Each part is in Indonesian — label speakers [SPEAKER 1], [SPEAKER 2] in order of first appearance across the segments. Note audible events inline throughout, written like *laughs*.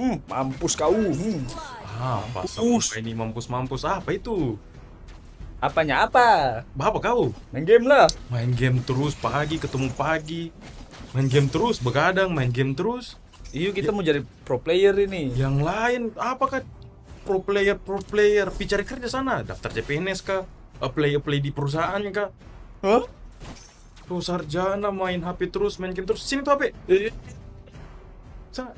[SPEAKER 1] Hmm, mampus kau. Hmm.
[SPEAKER 2] Ah, apa
[SPEAKER 1] Mampus.
[SPEAKER 2] mampus. ini mampus-mampus apa itu?
[SPEAKER 1] Apanya apa?
[SPEAKER 2] Apa kau?
[SPEAKER 1] Main game lah.
[SPEAKER 2] Main game terus pagi ketemu pagi. Main game terus begadang, main game terus.
[SPEAKER 1] Iya kita mau jadi pro player ini.
[SPEAKER 2] Yang lain apakah pro player pro player cari kerja sana, daftar CPNS kah? Apply apply di perusahaan kah?
[SPEAKER 1] Hah?
[SPEAKER 2] Tuh sarjana main HP terus, main game terus. Sini tuh HP.
[SPEAKER 1] Eh,
[SPEAKER 2] Sa-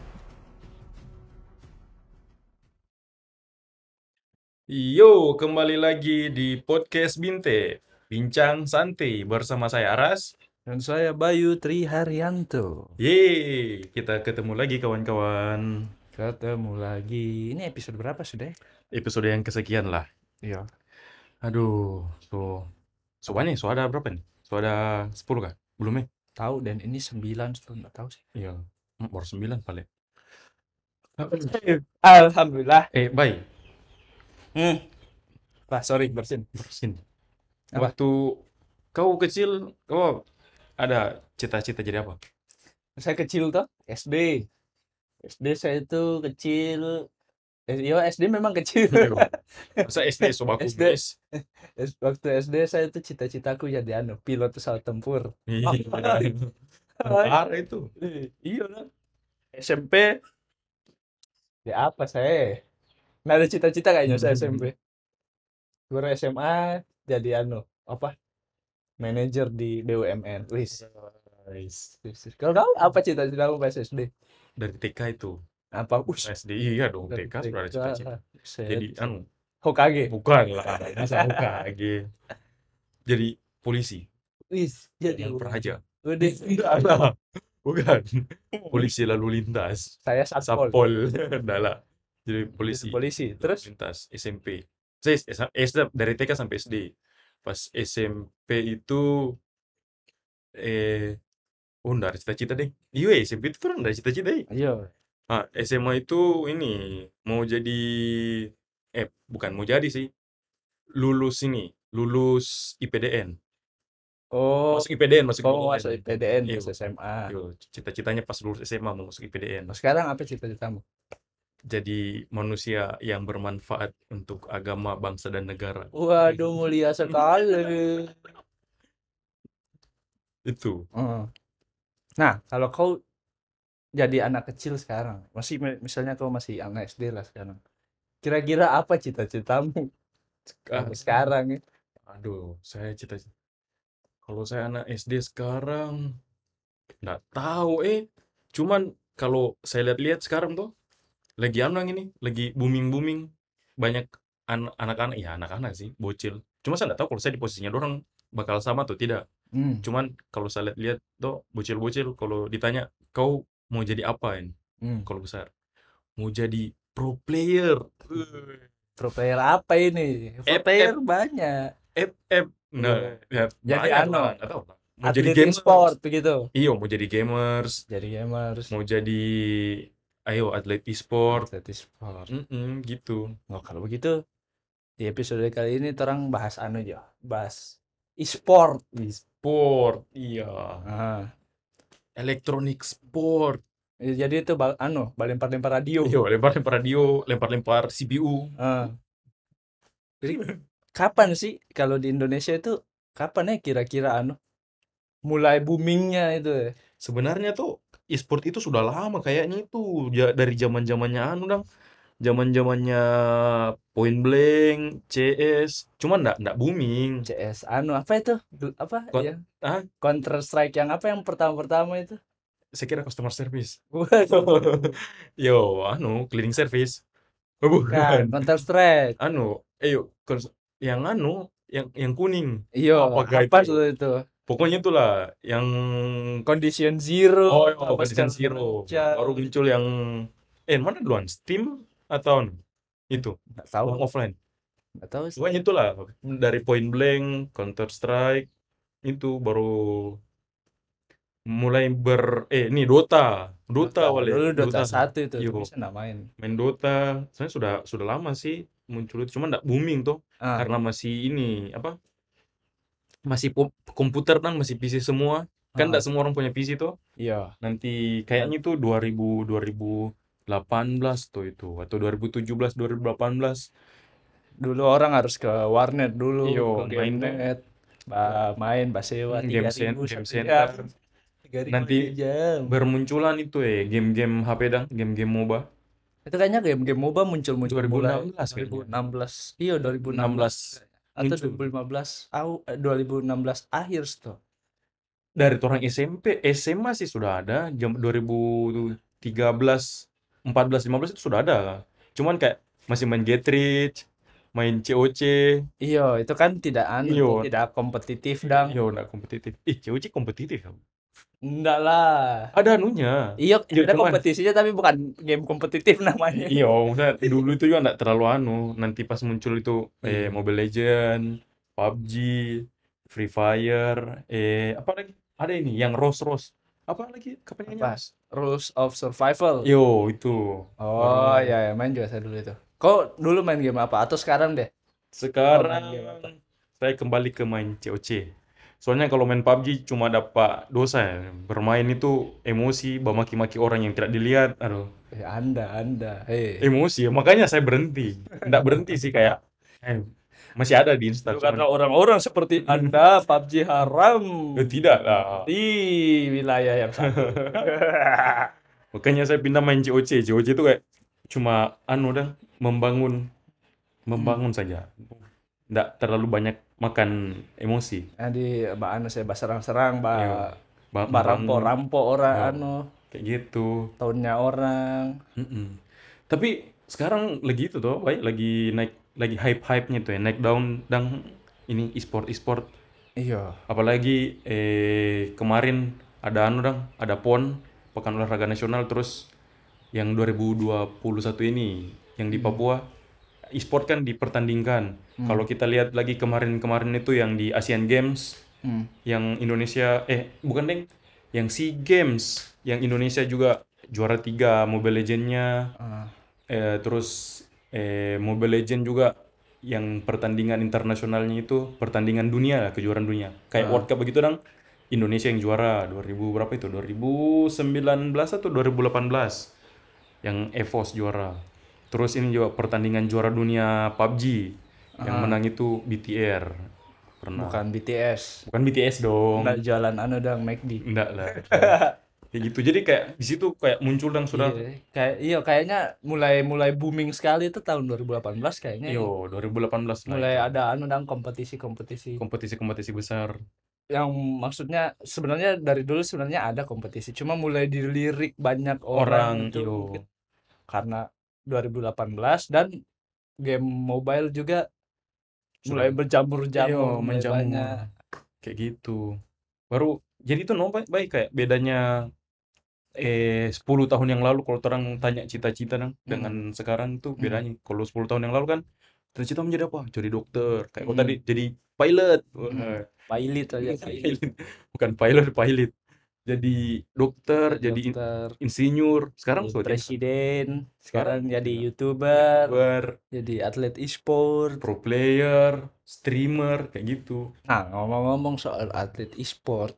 [SPEAKER 2] Yo, kembali lagi di podcast Binte. Bincang santai bersama saya Aras.
[SPEAKER 1] Dan saya Bayu Tri Haryanto.
[SPEAKER 2] Yeay, kita ketemu lagi kawan-kawan.
[SPEAKER 1] Ketemu lagi. Ini episode berapa sudah?
[SPEAKER 2] Episode yang kesekian lah.
[SPEAKER 1] Iya.
[SPEAKER 2] Aduh, so so banyak, so ada berapa nih? So ada 10 kah? Belum ya?
[SPEAKER 1] Tahu dan ini 9 sudah enggak tahu sih.
[SPEAKER 2] Iya, Hmm, baru 9 paling.
[SPEAKER 1] *laughs* Alhamdulillah.
[SPEAKER 2] Eh, baik.
[SPEAKER 1] Hmm. Wah, sorry bersin.
[SPEAKER 2] Bersin.
[SPEAKER 1] Apa?
[SPEAKER 2] Waktu kau kecil, kau ada cita-cita jadi
[SPEAKER 1] *laughs*
[SPEAKER 2] apa?
[SPEAKER 1] Saya kecil toh, SD. SD saya itu kecil. Eh, Iya, SD memang kecil.
[SPEAKER 2] Ayo. Masa SD sobat
[SPEAKER 1] SD.
[SPEAKER 2] kubis?
[SPEAKER 1] *laughs* Es- Waktu SD saya itu cita-citaku jadi anu pilot pesawat tempur. *laughs*
[SPEAKER 2] Iya.
[SPEAKER 1] Ah,
[SPEAKER 2] Parah itu.
[SPEAKER 1] Iya lah. SMP ya apa saya? Nggak ada cita-cita kayaknya saya SMP. Guru SMA jadi anu apa? Manajer di BUMN. Wis. wis, wis. Kalau kamu apa cita-cita kamu pas SD?
[SPEAKER 2] Dari TK itu.
[SPEAKER 1] Apa? Us.
[SPEAKER 2] SD iya dong,
[SPEAKER 1] dari
[SPEAKER 2] TK sudah ada
[SPEAKER 1] TK.
[SPEAKER 2] cita-cita.
[SPEAKER 1] Set.
[SPEAKER 2] Jadi anu,
[SPEAKER 1] Hokage.
[SPEAKER 2] Bukan *laughs* lah, masa UKG. gitu. Jadi polisi,
[SPEAKER 1] Wis. Jadi
[SPEAKER 2] yang perhaja.
[SPEAKER 1] Udah.
[SPEAKER 2] *laughs* Enggak lah, bukan. Polisi lalu lintas,
[SPEAKER 1] Saya satpol.
[SPEAKER 2] Sapol, *laughs* enggak lah. Jadi polisi lalu
[SPEAKER 1] Polisi. Terus
[SPEAKER 2] lintas SMP. Saya S- S- SD dari TK sampai SD. Pas SMP itu eh oh enggak ada cita-cita deh. Iya, SMP itu kan enggak ada cita-cita. eh.
[SPEAKER 1] ayo
[SPEAKER 2] Ah, SMA itu ini mau jadi eh bukan mau jadi sih. Lulus ini, lulus IPDN.
[SPEAKER 1] Oh,
[SPEAKER 2] Masuk IPDN, masuk
[SPEAKER 1] kamu masuk
[SPEAKER 2] IPDN.
[SPEAKER 1] IPDN
[SPEAKER 2] Iya.
[SPEAKER 1] terus SMA.
[SPEAKER 2] Yo, cita-citanya pas lulus SMA mau masuk IPDN.
[SPEAKER 1] Nah, sekarang apa cita-citamu?
[SPEAKER 2] Jadi manusia yang bermanfaat untuk agama, bangsa dan negara.
[SPEAKER 1] Waduh, mulia sekali.
[SPEAKER 2] Itu.
[SPEAKER 1] Heeh. Nah, kalau kau jadi anak kecil sekarang, masih mi- misalnya kau masih anak SD lah sekarang. Kira-kira apa cita-citamu
[SPEAKER 2] Sekarang.
[SPEAKER 1] Kalau sekarang? ya?
[SPEAKER 2] Aduh, saya cita-cita. Kalau saya anak SD sekarang nggak tahu eh. Cuman kalau saya lihat-lihat sekarang tuh lagi anu yang ini, lagi booming-booming. Banyak an- anak-anak, ya anak-anak sih, bocil. Cuma saya nggak tahu kalau saya di posisinya dorong bakal sama atau tidak.
[SPEAKER 1] Hmm.
[SPEAKER 2] Cuman kalau saya lihat-lihat tuh bocil-bocil kalau ditanya kau mau jadi apa ini
[SPEAKER 1] Hmm.
[SPEAKER 2] kalau besar? Mau jadi pro player. Eh.
[SPEAKER 1] Pro player apa ini? Pro
[SPEAKER 2] App,
[SPEAKER 1] player banyak.
[SPEAKER 2] App, app. Nah, Eh, ya,
[SPEAKER 1] Jadi
[SPEAKER 2] banyak
[SPEAKER 1] anu.
[SPEAKER 2] lah, nggak tahu lah. Mau jadi
[SPEAKER 1] Atlet
[SPEAKER 2] gamers.
[SPEAKER 1] e-sport begitu.
[SPEAKER 2] Iya, mau jadi gamers,
[SPEAKER 1] Jadi gamers,
[SPEAKER 2] mau jadi ayo atlet e-sport,
[SPEAKER 1] atlet e-sport.
[SPEAKER 2] Mm-mm, gitu.
[SPEAKER 1] Oh, kalau begitu di episode kali ini orang bahas anu ya, bahas e-sport.
[SPEAKER 2] Sport, iya.
[SPEAKER 1] Ah,
[SPEAKER 2] Elektronik sport.
[SPEAKER 1] eh, jadi itu ba- anu, balempar-lempar radio.
[SPEAKER 2] Iya, lempar-lempar radio, lempar-lempar CPU.
[SPEAKER 1] Ah. Jadi, kapan sih kalau di Indonesia itu kapan ya kira-kira anu mulai boomingnya itu ya?
[SPEAKER 2] Sebenarnya tuh e-sport itu sudah lama kayaknya itu ja- dari zaman-zamannya anu dang, zaman-zamannya Point Blank, CS. Cuman ndak ndak booming.
[SPEAKER 1] CS anu apa itu? Gel- Apa
[SPEAKER 2] Kon-
[SPEAKER 1] yang
[SPEAKER 2] ah?
[SPEAKER 1] Counter Strike yang apa yang pertama-pertama
[SPEAKER 2] *laughs*
[SPEAKER 1] itu?
[SPEAKER 2] Saya kira customer service.
[SPEAKER 1] Waduh.
[SPEAKER 2] *laughs* Yo, anu cleaning service. Oh,
[SPEAKER 1] Bukan,
[SPEAKER 2] Bukan.
[SPEAKER 1] Kan, Counter Strike.
[SPEAKER 2] Anu, ayo kons- yang anu, yang yang kuning.
[SPEAKER 1] Iya,
[SPEAKER 2] Apakah
[SPEAKER 1] apa
[SPEAKER 2] itu?
[SPEAKER 1] tuh itu?
[SPEAKER 2] Pokoknya itulah yang
[SPEAKER 1] Condition Zero.
[SPEAKER 2] oh,
[SPEAKER 1] apa
[SPEAKER 2] oh Condition
[SPEAKER 1] segala
[SPEAKER 2] Zero.
[SPEAKER 1] macam.
[SPEAKER 2] Baru muncul yang eh mana duluan Steam atau anu? itu
[SPEAKER 1] Nggak tahu,
[SPEAKER 2] yang offline.
[SPEAKER 1] nggak tahu sih.
[SPEAKER 2] Pokoknya itulah dari Point Blank, Counter Strike itu baru mulai ber eh ini Dota, Dota
[SPEAKER 1] Dulu
[SPEAKER 2] awalnya.
[SPEAKER 1] Dota satu itu,
[SPEAKER 2] Iya.
[SPEAKER 1] tapi saya nggak main.
[SPEAKER 2] main Dota. Sebenarnya sudah sudah lama sih muncul itu, cuma nggak booming tuh
[SPEAKER 1] Ah.
[SPEAKER 2] karena masih ini apa? Masih po- komputer kan masih PC semua. Kan
[SPEAKER 1] Ah.
[SPEAKER 2] nggak semua orang punya PC tuh.
[SPEAKER 1] Iya.
[SPEAKER 2] Nanti kayaknya itu 2000 2000 18 tuh itu atau 2017 2018
[SPEAKER 1] Dulu orang harus ke warnet dulu,
[SPEAKER 2] Iya,
[SPEAKER 1] ke
[SPEAKER 2] main tuh.
[SPEAKER 1] gamenet, ba- main basewa
[SPEAKER 2] Hmm,
[SPEAKER 1] tiga
[SPEAKER 2] game cen-
[SPEAKER 1] ribu
[SPEAKER 2] game
[SPEAKER 1] satu
[SPEAKER 2] center.
[SPEAKER 1] jam, 3.000
[SPEAKER 2] Nanti
[SPEAKER 1] satu jam.
[SPEAKER 2] bermunculan itu ya game-game HP dang game-game MOBA
[SPEAKER 1] Itu kayaknya game-game MOBA muncul muncul
[SPEAKER 2] 2016 kayaknya.
[SPEAKER 1] 2016. Iya, 2016. Atau
[SPEAKER 2] muncul.
[SPEAKER 1] 2015 au- eh, 2016 akhir tuh.
[SPEAKER 2] dari orang SMP SMA sih sudah ada jam 2013 14 15 itu sudah ada cuman kayak masih main Getrich main COC
[SPEAKER 1] Iya, itu kan tidak anu,
[SPEAKER 2] Iya.
[SPEAKER 1] tidak kompetitif dang.
[SPEAKER 2] yo nggak kompetitif ih COC kompetitif ya?
[SPEAKER 1] Enggak lah.
[SPEAKER 2] ada anunya
[SPEAKER 1] Iya,
[SPEAKER 2] Iya,
[SPEAKER 1] ada
[SPEAKER 2] cuman-
[SPEAKER 1] kompetisinya tapi bukan game kompetitif namanya.
[SPEAKER 2] Iya, maksudnya dulu itu juga nggak terlalu anu. Nanti pas muncul itu
[SPEAKER 1] Iya.
[SPEAKER 2] eh Mobile Legend, PUBG, Free Fire, eh apa lagi? Ada ini yang Rose Rose. Apa lagi? Kapan
[SPEAKER 1] Apa? Rules of Survival.
[SPEAKER 2] Yo, itu.
[SPEAKER 1] Oh, ya, ya, main juga saya dulu itu. Kau dulu main game apa? Atau sekarang deh?
[SPEAKER 2] Sekarang
[SPEAKER 1] Oh, main game apa?
[SPEAKER 2] saya kembali ke main COC. Soalnya kalau main PUBG cuma dapat dosa ya. Bermain itu emosi, bah maki-maki orang yang tidak dilihat. Aduh,
[SPEAKER 1] Eh, anda, Anda. Eh. Hei.
[SPEAKER 2] emosi. ya. Makanya saya berhenti. Nggak berhenti sih kayak eh, masih ada di Insta.
[SPEAKER 1] Itu
[SPEAKER 2] cuman-
[SPEAKER 1] karena orang-orang seperti
[SPEAKER 2] Hmm.
[SPEAKER 1] Anda PUBG haram
[SPEAKER 2] Eh, tidak lah.
[SPEAKER 1] di wilayah yang *laughs* sama.
[SPEAKER 2] Makanya saya pindah main COC. COC itu kayak cuma anu dah membangun membangun saja. Nggak terlalu banyak makan emosi.
[SPEAKER 1] Jadi Mbak Anu saya bah serang-serang, Mbak
[SPEAKER 2] Iya. Ba-
[SPEAKER 1] Mbak
[SPEAKER 2] membangun
[SPEAKER 1] rampo-rampo orang
[SPEAKER 2] Iya.
[SPEAKER 1] anu,
[SPEAKER 2] kayak gitu.
[SPEAKER 1] tahunnya orang.
[SPEAKER 2] Mm-mm. Tapi sekarang lagi itu tuh, Wai, lagi naik lagi hype-hype-nya tuh ya, naik down dan ini e-sport e-sport
[SPEAKER 1] Iya.
[SPEAKER 2] apalagi eh kemarin ada anu dong ada PON Pekan Olahraga Nasional terus yang 2021 ini yang di Papua e-sport kan dipertandingkan kalau kita lihat lagi kemarin-kemarin itu yang di Asian Games
[SPEAKER 1] Hmm.
[SPEAKER 2] yang Indonesia eh bukan deng yang SEA Games yang Indonesia juga juara tiga Mobile Legends-nya
[SPEAKER 1] Ah.
[SPEAKER 2] eh, terus eh, Mobile Legend juga yang pertandingan internasionalnya itu pertandingan dunia lah kejuaraan dunia kayak
[SPEAKER 1] Ah.
[SPEAKER 2] World Cup begitu dong Indonesia yang juara 2000 berapa itu 2019 atau 2018 yang EVOS juara terus ini juga pertandingan juara dunia PUBG yang menang itu BTR pernah bukan,
[SPEAKER 1] Ah. Bukan BTS.
[SPEAKER 2] BTS dong
[SPEAKER 1] Enggak jalan anu dang McD.
[SPEAKER 2] enggak
[SPEAKER 1] *laughs*
[SPEAKER 2] lah kayak gitu jadi kayak di situ kayak muncul dong sudah
[SPEAKER 1] Iya, kayak iya kayaknya mulai mulai booming sekali itu tahun 2018 kayaknya.
[SPEAKER 2] yo 2018 lah
[SPEAKER 1] Iya. Mulai
[SPEAKER 2] itu.
[SPEAKER 1] ada anu dang kompetisi-kompetisi.
[SPEAKER 2] kompetisi-kompetisi besar.
[SPEAKER 1] yang maksudnya sebenarnya dari dulu sebenarnya ada kompetisi cuma mulai dilirik banyak orang, iya.
[SPEAKER 2] Orang,
[SPEAKER 1] itu
[SPEAKER 2] iyo.
[SPEAKER 1] mungkin karena 2018 dan game mobile juga mulai
[SPEAKER 2] Sudah. Iyo,
[SPEAKER 1] berjamur-jamur mulai
[SPEAKER 2] menjamur.
[SPEAKER 1] banyak.
[SPEAKER 2] Kayak gitu. Baru jadi itu no baik, baik kayak bedanya eh 10 tahun yang lalu kalau orang tanya cita-cita nang dengan sekarang tuh
[SPEAKER 1] Hmm.
[SPEAKER 2] bedanya. Kalau 10 tahun yang lalu kan cita-cita menjadi apa? Jadi dokter. Kayak kau
[SPEAKER 1] Hmm.
[SPEAKER 2] tadi jadi pilot. Wah,
[SPEAKER 1] Hmm. iya. Pilot
[SPEAKER 2] *laughs*
[SPEAKER 1] aja pilot.
[SPEAKER 2] pilot. Bukan pilot, pilot. Jadi dokter, jadi
[SPEAKER 1] Iya,
[SPEAKER 2] in-
[SPEAKER 1] dokter, Iya,
[SPEAKER 2] insinyur. Sekarang
[SPEAKER 1] jadi
[SPEAKER 2] sudah jadi
[SPEAKER 1] presiden, sekarang Iya. jadi
[SPEAKER 2] sudah.
[SPEAKER 1] YouTuber,
[SPEAKER 2] youtuber,
[SPEAKER 1] jadi atlet e-sport.
[SPEAKER 2] pro player, streamer kayak gitu.
[SPEAKER 1] Nah, ngomong-ngomong soal atlet e-sport,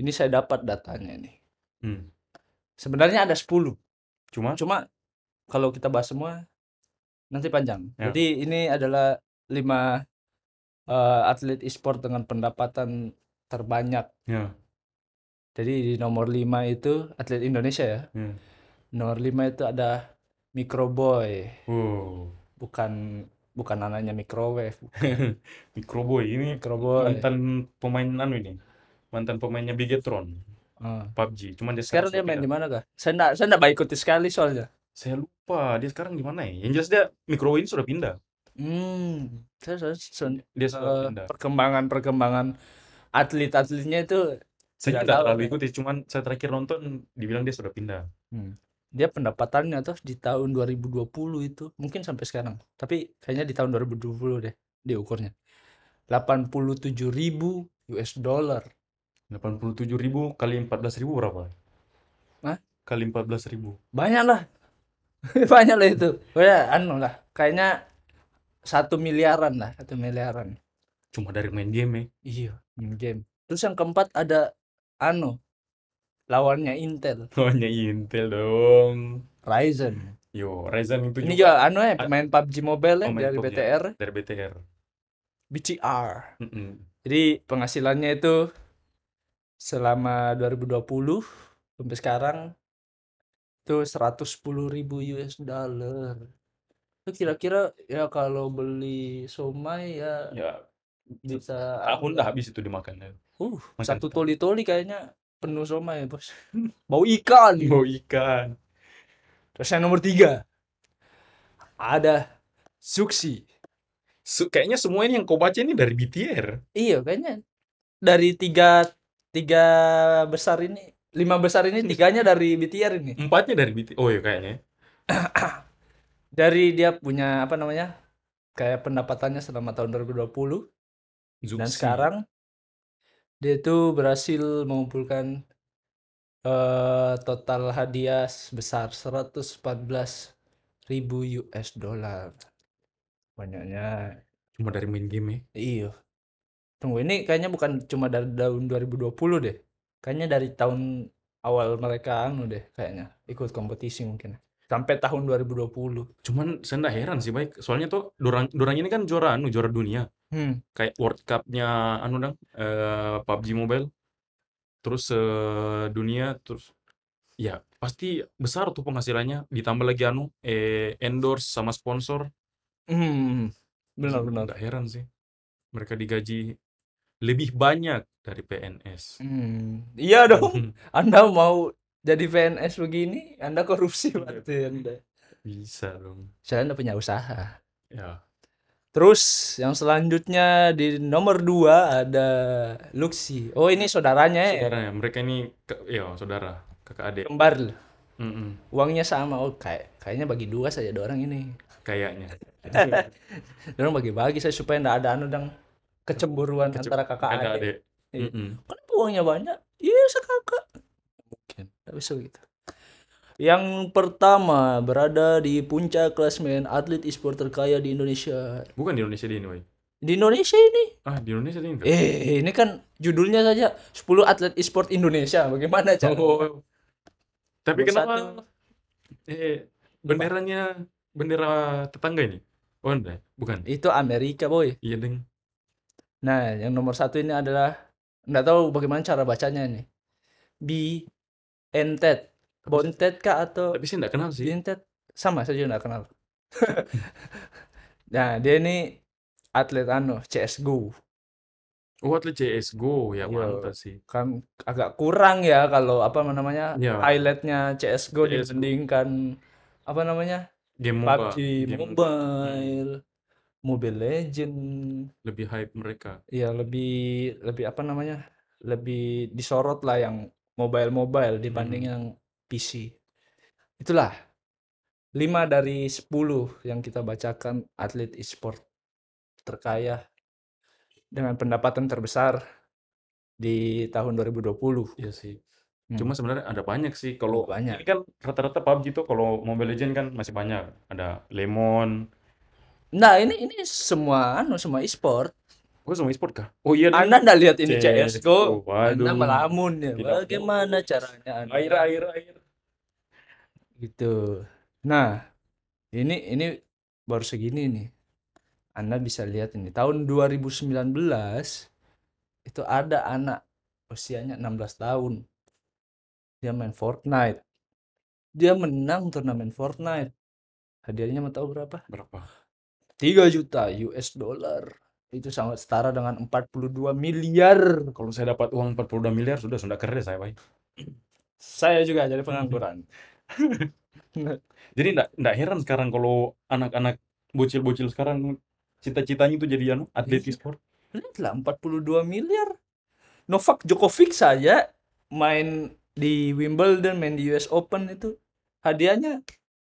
[SPEAKER 1] ini saya dapat datanya nih.
[SPEAKER 2] Hmm.
[SPEAKER 1] Sebenarnya ada 10
[SPEAKER 2] Cuma
[SPEAKER 1] Cuma kalau kita bahas semua nanti panjang.
[SPEAKER 2] Ya.
[SPEAKER 1] Jadi ini adalah lima eh, atlet e-sport dengan pendapatan terbanyak.
[SPEAKER 2] ya,
[SPEAKER 1] Jadi di nomor lima itu atlet Indonesia ya.
[SPEAKER 2] ya.
[SPEAKER 1] Nomor lima itu ada Microboy,
[SPEAKER 2] Wow.
[SPEAKER 1] bukan bukan anaknya microwave. Eh,
[SPEAKER 2] Microboy ini
[SPEAKER 1] Microboy.
[SPEAKER 2] mantan pemain anu ini. Mantan pemainnya Bigetron,
[SPEAKER 1] Eh,
[SPEAKER 2] PUBG. Cuman dia
[SPEAKER 1] Sekarang dia main
[SPEAKER 2] sudah
[SPEAKER 1] di
[SPEAKER 2] pindah.
[SPEAKER 1] mana kah? Saya enggak saya enggak baik ikuti sekali soalnya.
[SPEAKER 2] Saya lupa dia sekarang di mana ya. Yang jelas dia Microboy ini sudah pindah.
[SPEAKER 1] Hmm, saya, saya, saya-
[SPEAKER 2] Dia sudah
[SPEAKER 1] eh,
[SPEAKER 2] pindah.
[SPEAKER 1] perkembangan-perkembangan atlet-atletnya itu tidak
[SPEAKER 2] Saya tidak
[SPEAKER 1] tahu
[SPEAKER 2] terlalu
[SPEAKER 1] saya.
[SPEAKER 2] ikuti, cuman saya terakhir nonton dibilang dia sudah pindah.
[SPEAKER 1] dia pendapatannya tuh di tahun 2020 itu mungkin sampai sekarang tapi kayaknya di tahun 2020 deh diukurnya 87.000 US dollar
[SPEAKER 2] 87.000 kali 14.000 berapa?
[SPEAKER 1] Hah?
[SPEAKER 2] Kali 14.000.
[SPEAKER 1] banyak lah *laughs* banyak lah itu ya anu lah kayaknya satu miliaran lah satu miliaran
[SPEAKER 2] Cuma dari main game ya. *laughs*
[SPEAKER 1] iya main game terus yang keempat ada anu lawannya Intel
[SPEAKER 2] Lawannya Oh, Intel dong.
[SPEAKER 1] Ryzen
[SPEAKER 2] Yo, Ryzen itu
[SPEAKER 1] ini
[SPEAKER 2] juga
[SPEAKER 1] juga anu ya pemain PUBG Mobile ya
[SPEAKER 2] Pemain
[SPEAKER 1] dari
[SPEAKER 2] PUBG.
[SPEAKER 1] BTR
[SPEAKER 2] dari BTR.
[SPEAKER 1] BCR
[SPEAKER 2] Mm-mm.
[SPEAKER 1] jadi penghasilannya itu selama 2020 sampai sekarang itu 110.000 ribu US dollar itu kira-kira ya kalau beli somai ya
[SPEAKER 2] Ya,
[SPEAKER 1] bisa
[SPEAKER 2] tahun dah habis itu dimakan. ya.
[SPEAKER 1] uh
[SPEAKER 2] makan
[SPEAKER 1] satu
[SPEAKER 2] tak.
[SPEAKER 1] toli-toli kayaknya penuh somai bos *laughs* bau
[SPEAKER 2] *laughs*
[SPEAKER 1] ikan
[SPEAKER 2] Mau Oh, ikan.
[SPEAKER 1] terus yang nomor tiga ada suksi
[SPEAKER 2] Su- kayaknya semua ini yang kau baca ini dari BTR.
[SPEAKER 1] Iya kayaknya dari tiga tiga besar ini lima besar ini tiganya dari BTR ini
[SPEAKER 2] Empatnya dari BTR. Oh ya kayaknya.
[SPEAKER 1] dari dia punya apa namanya kayak pendapatannya selama tahun 2020 dan
[SPEAKER 2] Zuxi.
[SPEAKER 1] sekarang dia itu berhasil mengumpulkan eh total hadiah sebesar 114 ribu US dollar banyaknya
[SPEAKER 2] cuma dari main game ya.
[SPEAKER 1] Iya. Tunggu ini kayaknya bukan cuma dari tahun 2020 deh. Kayaknya dari tahun awal mereka anu deh kayaknya ikut kompetisi mungkin. Sampai tahun 2020.
[SPEAKER 2] Cuman saya nggak heran sih baik. Soalnya tuh dorang dorang ini kan juara anu juara dunia.
[SPEAKER 1] Hmm.
[SPEAKER 2] Kayak World Cup-nya anu dong eh, PUBG Mobile. Terus eh, dunia terus ya pasti besar tuh penghasilannya ditambah lagi anu eh, endorse sama sponsor
[SPEAKER 1] Hmm. Benar benar.
[SPEAKER 2] Gak heran sih. Mereka digaji lebih banyak dari PNS.
[SPEAKER 1] Hmm. Iya dong. Anda mau jadi PNS begini, Anda korupsi berarti Anda.
[SPEAKER 2] *laughs* Bisa dong.
[SPEAKER 1] Saya Anda punya usaha.
[SPEAKER 2] Ya.
[SPEAKER 1] Terus yang selanjutnya di nomor 2 ada Luxi. Oh, ini saudaranya ya.
[SPEAKER 2] Saudaranya, mereka ini ke- ya saudara, kakak adik.
[SPEAKER 1] Kembar.
[SPEAKER 2] Mm-mm,
[SPEAKER 1] Uangnya sama. Oh, kayak kayaknya bagi dua saja dua orang ini. *laughs*
[SPEAKER 2] kayaknya.
[SPEAKER 1] Orang bagi-bagi saya supaya nggak ada anu dang kecemburuan
[SPEAKER 2] Kece-
[SPEAKER 1] antara kakak
[SPEAKER 2] Kakak
[SPEAKER 1] adik. Iya.
[SPEAKER 2] adik. Mm-mm.
[SPEAKER 1] Kenapa Kan uangnya banyak? Iya sekakak. Mungkin. Nggak bisa gitu. Yang pertama berada di puncak klasmen atlet e-sport terkaya di Indonesia.
[SPEAKER 2] Bukan di Indonesia di ini, woy.
[SPEAKER 1] Di Indonesia ini?
[SPEAKER 2] Ah, di Indonesia di ini. nggak?
[SPEAKER 1] Eh, ini kan judulnya saja 10 atlet e-sport Indonesia. Bagaimana, Cak?
[SPEAKER 2] Oh. Tapi
[SPEAKER 1] Nomor
[SPEAKER 2] kenapa
[SPEAKER 1] satu.
[SPEAKER 2] eh benderanya bendera tetangga ini? Oh, enggak. Bukan.
[SPEAKER 1] Itu Amerika, boy.
[SPEAKER 2] Iya, Deng.
[SPEAKER 1] Nah, yang nomor satu ini adalah nggak tahu bagaimana cara bacanya ini. B entet, bontet E kah atau
[SPEAKER 2] Tapi saya enggak kenal sih.
[SPEAKER 1] Bintet sama saya juga nggak kenal. *laughs* nah dia ini atlet anu CSGO
[SPEAKER 2] Oh, atlet CSGO ya,
[SPEAKER 1] Iya.
[SPEAKER 2] pantas sih.
[SPEAKER 1] kan agak kurang ya kalau apa namanya
[SPEAKER 2] Ya.
[SPEAKER 1] highlightnya CSGO
[SPEAKER 2] CS:GO.
[SPEAKER 1] dibandingkan apa namanya
[SPEAKER 2] Game MOBA.
[SPEAKER 1] PUBG
[SPEAKER 2] Game
[SPEAKER 1] Mobile, Mobile Legend,
[SPEAKER 2] lebih hype mereka.
[SPEAKER 1] ya lebih lebih apa namanya lebih disorot lah yang mobile mobile dibanding
[SPEAKER 2] Hmm.
[SPEAKER 1] yang PC. Itulah 5 dari 10 yang kita bacakan atlet e-sport terkaya dengan pendapatan terbesar di tahun 2020.
[SPEAKER 2] Iya sih.
[SPEAKER 1] Hmm.
[SPEAKER 2] Cuma sebenarnya ada banyak sih kalau
[SPEAKER 1] banyak.
[SPEAKER 2] ini kan rata-rata PUBG tuh kalau Mobile Legends kan masih banyak. Ada Lemon.
[SPEAKER 1] Nah, ini ini semua anu semua e-sport.
[SPEAKER 2] Gue sama e-sport kah? Oh iya, deh.
[SPEAKER 1] Anda nggak lihat ini
[SPEAKER 2] CS.
[SPEAKER 1] CS:GO,
[SPEAKER 2] Oh,
[SPEAKER 1] Anda
[SPEAKER 2] waduh.
[SPEAKER 1] melamun ya.
[SPEAKER 2] Tidak
[SPEAKER 1] Bagaimana
[SPEAKER 2] fokus.
[SPEAKER 1] caranya Anda?
[SPEAKER 2] Air air air.
[SPEAKER 1] gitu. Nah, ini ini baru segini nih. Anda bisa lihat ini tahun 2019 itu ada anak usianya 16 tahun. Dia main Fortnite. Dia menang turnamen Fortnite. Hadiahnya mau tahu berapa?
[SPEAKER 2] Berapa?
[SPEAKER 1] 3 juta US dollar. Itu sangat setara dengan 42 miliar.
[SPEAKER 2] Kalau saya dapat uang 42 miliar sudah sudah keren saya, Bay.
[SPEAKER 1] Saya juga jadi pengangguran.
[SPEAKER 2] Jadi enggak enggak heran sekarang kalau anak-anak bocil-bocil sekarang cita-citanya tuh jadi anu atlet
[SPEAKER 1] Iya.
[SPEAKER 2] e-sport.
[SPEAKER 1] Lihatlah 42 miliar. Novak Djokovic saja main di Wimbledon, main di US Open itu hadiahnya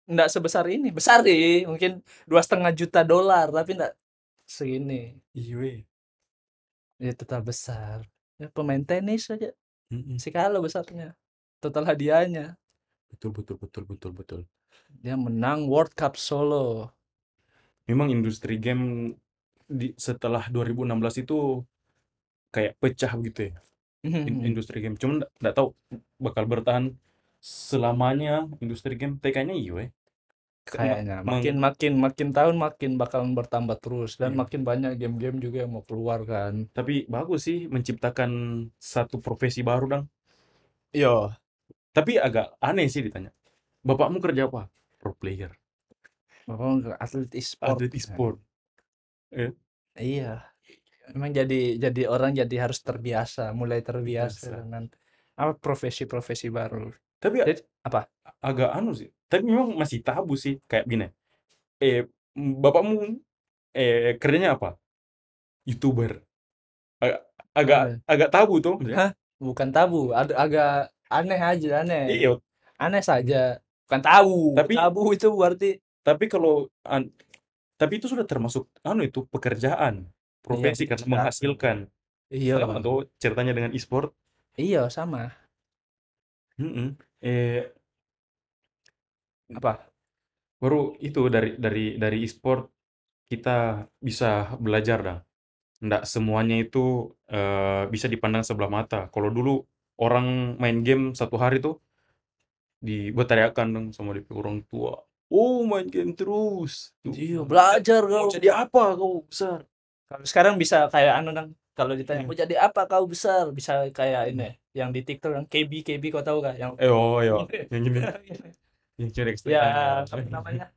[SPEAKER 1] nggak sebesar ini. Besar sih, mungkin dua setengah juta dolar, tapi nggak segini.
[SPEAKER 2] Iya. weh.
[SPEAKER 1] Ya total besar. Ya, pemain tenis saja
[SPEAKER 2] Mm-mm.
[SPEAKER 1] sekali besarnya. Total hadiahnya.
[SPEAKER 2] Betul betul betul betul betul.
[SPEAKER 1] Dia menang World Cup solo.
[SPEAKER 2] Memang industri game di setelah 2016 itu kayak pecah begitu ya.
[SPEAKER 1] Hmm,
[SPEAKER 2] in- industri game cuman nggak- nggak tahu bakal bertahan selamanya industri game TK-nya iya eh. Ke- ma-
[SPEAKER 1] kayaknya
[SPEAKER 2] meng-
[SPEAKER 1] makin makin makin tahun makin bakalan bertambah terus dan
[SPEAKER 2] Iya.
[SPEAKER 1] makin banyak game-game juga yang mau keluar kan
[SPEAKER 2] tapi bagus sih menciptakan satu profesi baru dang
[SPEAKER 1] yo
[SPEAKER 2] tapi agak aneh sih ditanya bapakmu kerja apa pro player
[SPEAKER 1] Oh, atlet e-sport gitu ya?
[SPEAKER 2] atlet e-sport
[SPEAKER 1] iya emang jadi jadi orang jadi harus terbiasa mulai terbiasa
[SPEAKER 2] Terbiasa.
[SPEAKER 1] dengan apa profesi-profesi baru
[SPEAKER 2] tapi
[SPEAKER 1] Jadi, apa?
[SPEAKER 2] agak anu sih tapi memang masih tabu sih kayak gini eh m- bapakmu eh kerjanya apa youtuber Ag- agak
[SPEAKER 1] Iya.
[SPEAKER 2] agak tabu tuh
[SPEAKER 1] Hah? bukan tabu ada agak aneh aja aneh
[SPEAKER 2] iya
[SPEAKER 1] aneh saja bukan tabu
[SPEAKER 2] Tapi-
[SPEAKER 1] tabu itu berarti
[SPEAKER 2] tapi kalau an- tapi itu sudah termasuk anu itu Iya, pekerjaan profesi karena
[SPEAKER 1] pekerjaan.
[SPEAKER 2] menghasilkan
[SPEAKER 1] iya
[SPEAKER 2] sama tuh ceritanya dengan e-sport
[SPEAKER 1] iya sama
[SPEAKER 2] Mm-mm. eh
[SPEAKER 1] apa
[SPEAKER 2] baru itu dari dari dari e-sport kita bisa belajar dah. Nggak semuanya itu eh, bisa dipandang sebelah mata. Kalau dulu orang main game satu hari tuh diberteriakan dong sama DP orang tua. Oh main game terus. Tuh.
[SPEAKER 1] iya belajar
[SPEAKER 2] Mau
[SPEAKER 1] kau
[SPEAKER 2] jadi apa kau besar?
[SPEAKER 1] Kalau sekarang bisa kayak anu nang kalau ditanya
[SPEAKER 2] Iya.
[SPEAKER 1] mau jadi apa kau besar bisa kayak ini
[SPEAKER 2] Hmm.
[SPEAKER 1] yang di TikTok yang KB KB kau tahu gak
[SPEAKER 2] *laughs*
[SPEAKER 1] yang
[SPEAKER 2] Eh oh yo yang gini yang curik
[SPEAKER 1] ya apa *laughs*
[SPEAKER 2] *laughs*
[SPEAKER 1] namanya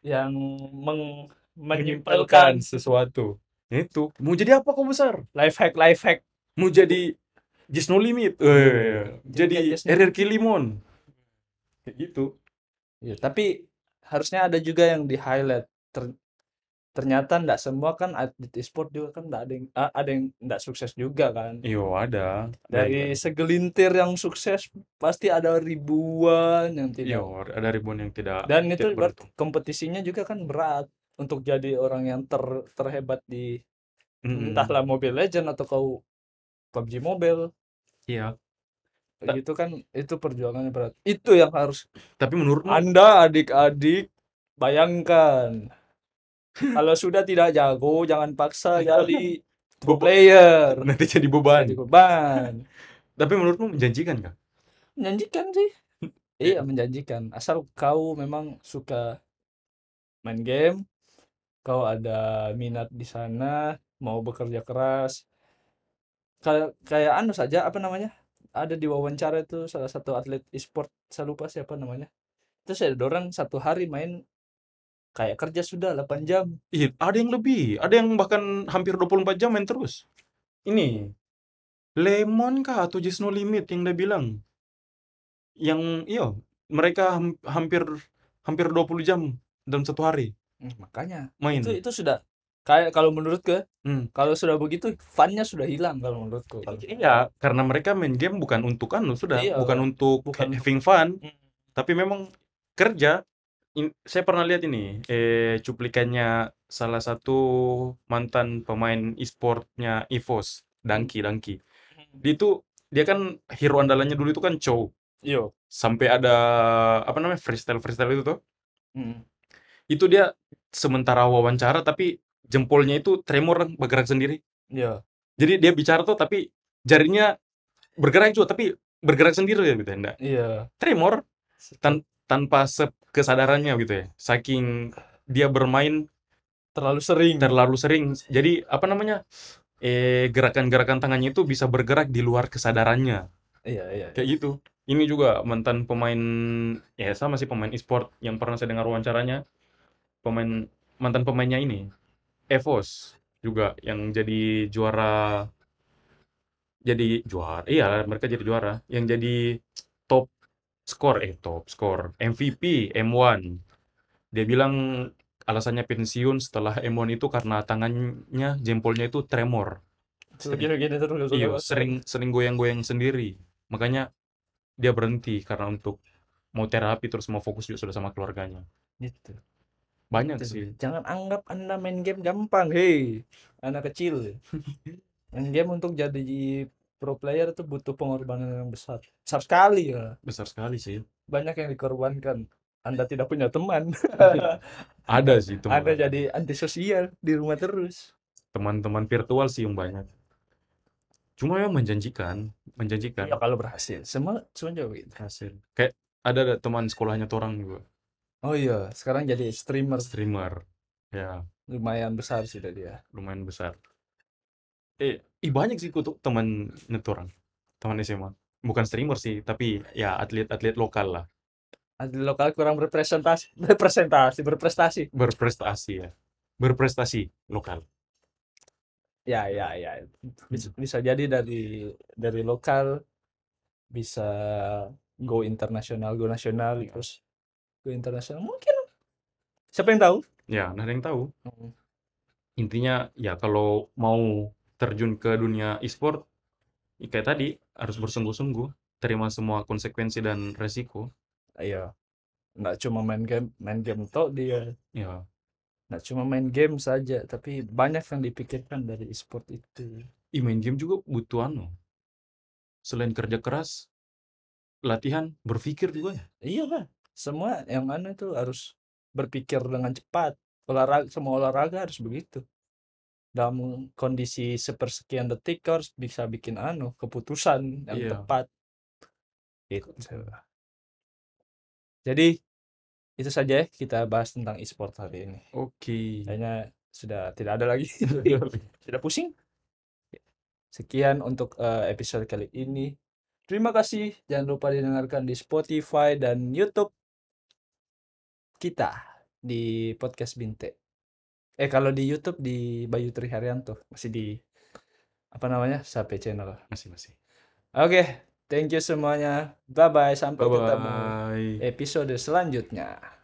[SPEAKER 1] yang meng menyimpelkan
[SPEAKER 2] sesuatu. Itu mau jadi apa kau besar?
[SPEAKER 1] life hack life hack
[SPEAKER 2] Mau jadi Just No Limit. Eh, jadi
[SPEAKER 1] Just No Limit.
[SPEAKER 2] RRQ Limon. Kayak gitu.
[SPEAKER 1] Ya, tapi harusnya ada juga yang di highlight Ter- ternyata ndak semua kan atlet e-sport juga kan ndak ada yang ah, ada yang ndak sukses juga kan
[SPEAKER 2] Yo ada. Iya.
[SPEAKER 1] dari segelintir yang sukses pasti ada ribuan yang
[SPEAKER 2] ada,
[SPEAKER 1] tidak
[SPEAKER 2] yo, ada ribuan yang tidak
[SPEAKER 1] dan itu
[SPEAKER 2] tidak
[SPEAKER 1] berarti
[SPEAKER 2] beruntung.
[SPEAKER 1] kompetisinya juga kan berat untuk jadi orang yang ter- terhebat di
[SPEAKER 2] Mm-mm.
[SPEAKER 1] entahlah Mobile Legend atau kau PUBG Mobile
[SPEAKER 2] Iya. Ta-
[SPEAKER 1] gitu kan itu perjuangannya berat itu yang harus
[SPEAKER 2] Tapi menurutmu
[SPEAKER 1] Anda adik-adik bayangkan kalau sudah tidak jago jangan paksa jadi pro
[SPEAKER 2] Bobo-
[SPEAKER 1] player
[SPEAKER 2] nanti jadi beban. *laughs*
[SPEAKER 1] jadi beban
[SPEAKER 2] Tapi menurutmu menjanjikan kah?
[SPEAKER 1] menjanjikan sih iya menjanjikan asal kau memang suka main game kau ada minat di sana mau bekerja keras kayak kayak anu saja apa namanya ada di wawancara itu salah satu atlet e-sport saya lupa siapa namanya itu saya ada orang satu hari main kayak kerja sudah 8 jam
[SPEAKER 2] Iya, ada yang lebih, ada yang bahkan hampir 24 jam main terus. Ini Lemon kah atau Just No Limit yang dia bilang? Yang iya, mereka ham- hampir hampir 20 jam dalam satu hari
[SPEAKER 1] Hmm, makanya
[SPEAKER 2] main.
[SPEAKER 1] itu itu sudah kayak kalau menurutku ya,
[SPEAKER 2] ya. Hmm.
[SPEAKER 1] kalau sudah begitu funnya sudah hilang kalau menurutku kalau-
[SPEAKER 2] Iya, karena mereka main game bukan untuk anu sudah,
[SPEAKER 1] Iya.
[SPEAKER 2] bukan untuk
[SPEAKER 1] Bukan
[SPEAKER 2] having fun,
[SPEAKER 1] Mm.
[SPEAKER 2] tapi memang kerja. In- saya pernah lihat ini, eh cuplikannya salah satu mantan pemain e-sportnya
[SPEAKER 1] Hmm.
[SPEAKER 2] EVOS, Dangki Dangki. Dia itu dia kan hero andalannya dulu itu kan Chow.
[SPEAKER 1] yo
[SPEAKER 2] Sampai ada apa namanya freestyle freestyle itu tuh.
[SPEAKER 1] Hmm.
[SPEAKER 2] Itu dia sementara wawancara tapi jempolnya itu tremor bergerak sendiri.
[SPEAKER 1] yo
[SPEAKER 2] Jadi dia bicara tuh tapi jarinya bergerak juga tapi bergerak sendiri ya gitu ya. Nggak
[SPEAKER 1] iya
[SPEAKER 2] tremor tan- tanpa se- kesadarannya gitu ya. Saking dia bermain
[SPEAKER 1] terlalu sering
[SPEAKER 2] terlalu sering. Jadi apa namanya? Eh gerakan-gerakan tangannya itu bisa bergerak di luar kesadarannya.
[SPEAKER 1] iya iya
[SPEAKER 2] Kayak gitu. Ini juga mantan pemain ya sama sih pemain e-sport yang pernah saya dengar wawancaranya. Pemain mantan pemainnya ini Evos juga yang jadi juara jadi juara iya mereka jadi juara yang jadi top skor eh top skor MVP M1 dia bilang alasannya pensiun setelah M1 itu karena tangannya jempolnya itu tremor
[SPEAKER 1] gini gini terus
[SPEAKER 2] iya sering sering goyang-goyang sendiri makanya dia berhenti karena untuk mau terapi terus mau fokus juga sudah sama keluarganya
[SPEAKER 1] gitu Itu
[SPEAKER 2] banyak sih
[SPEAKER 1] dia. Jangan anggap Anda main game gampang, hei. Anak *laughs* kecil. main game untuk jadi pro player itu butuh pengorbanan yang besar. Besar sekali ya.
[SPEAKER 2] besar sekali sih
[SPEAKER 1] Banyak yang dikorbankan. Anda tidak punya *laughs* teman.
[SPEAKER 2] ada sih itu
[SPEAKER 1] Anda
[SPEAKER 2] malah.
[SPEAKER 1] jadi antisosial di rumah terus. Iya.
[SPEAKER 2] teman-teman virtual sih yang banyak Cuma memang menjanjikan, menjanjikan.
[SPEAKER 1] Iya kalau berhasil. Semua semua gitu kan. juga begitu.
[SPEAKER 2] Hasil. Kayak ada, ada teman sekolahnya orang juga,
[SPEAKER 1] Oh iya, sekarang jadi streamer
[SPEAKER 2] streamer. Ya,
[SPEAKER 1] lumayan besar sudah dia.
[SPEAKER 2] lumayan besar. Eh, ih banyak sih kutuk teman netorang, teman SMA. Bukan streamer sih, tapi ya atlet-atlet lokal lah,
[SPEAKER 1] Ada lokal kurang berpresentasi, berpresentasi, berprestasi.
[SPEAKER 2] berprestasi ya. Berprestasi lokal.
[SPEAKER 1] Ya, ya, ya. Bisa, bisa jadi dari dari lokal bisa go internasional, go nasional, terus go internasional mungkin. Siapa yang tahu?
[SPEAKER 2] Ya, nah ada yang tahu. Intinya ya kalau mau terjun ke dunia e-sport, ya kayak tadi harus bersungguh-sungguh, terima semua konsekuensi dan resiko.
[SPEAKER 1] Iya. Nggak cuma main game, main game tok dia.
[SPEAKER 2] Ya,
[SPEAKER 1] Nggak cuma main game saja, tapi banyak yang dipikirkan dari e-sport itu.
[SPEAKER 2] Ih, main game juga butuh anu. Selain kerja keras, latihan, berpikir juga ya.
[SPEAKER 1] Iya lah. Semua yang mana tuh harus berpikir dengan cepat. Olahraga, semua olahraga harus begitu. Dalam kondisi sepersekian detik kau harus bisa bikin anu keputusan yang
[SPEAKER 2] Iya.
[SPEAKER 1] tepat. Itu. Jadi itu saja ya kita bahas tentang e-sport hari ini.
[SPEAKER 2] Oke.
[SPEAKER 1] Kayaknya sudah tidak ada lagi. *laughs* sudah pusing. Ya. Sekian untuk eh, episode kali ini. Terima kasih. Jangan lupa didengarkan di Spotify dan YouTube kita di podcast Binte. Eh kalau di YouTube di Bayu Tri Haryanto masih di apa namanya? Sape channel.
[SPEAKER 2] Masih masih.
[SPEAKER 1] Oke, thank you semuanya. Bye bye sampai
[SPEAKER 2] Bye
[SPEAKER 1] ketemu
[SPEAKER 2] bye.
[SPEAKER 1] episode selanjutnya.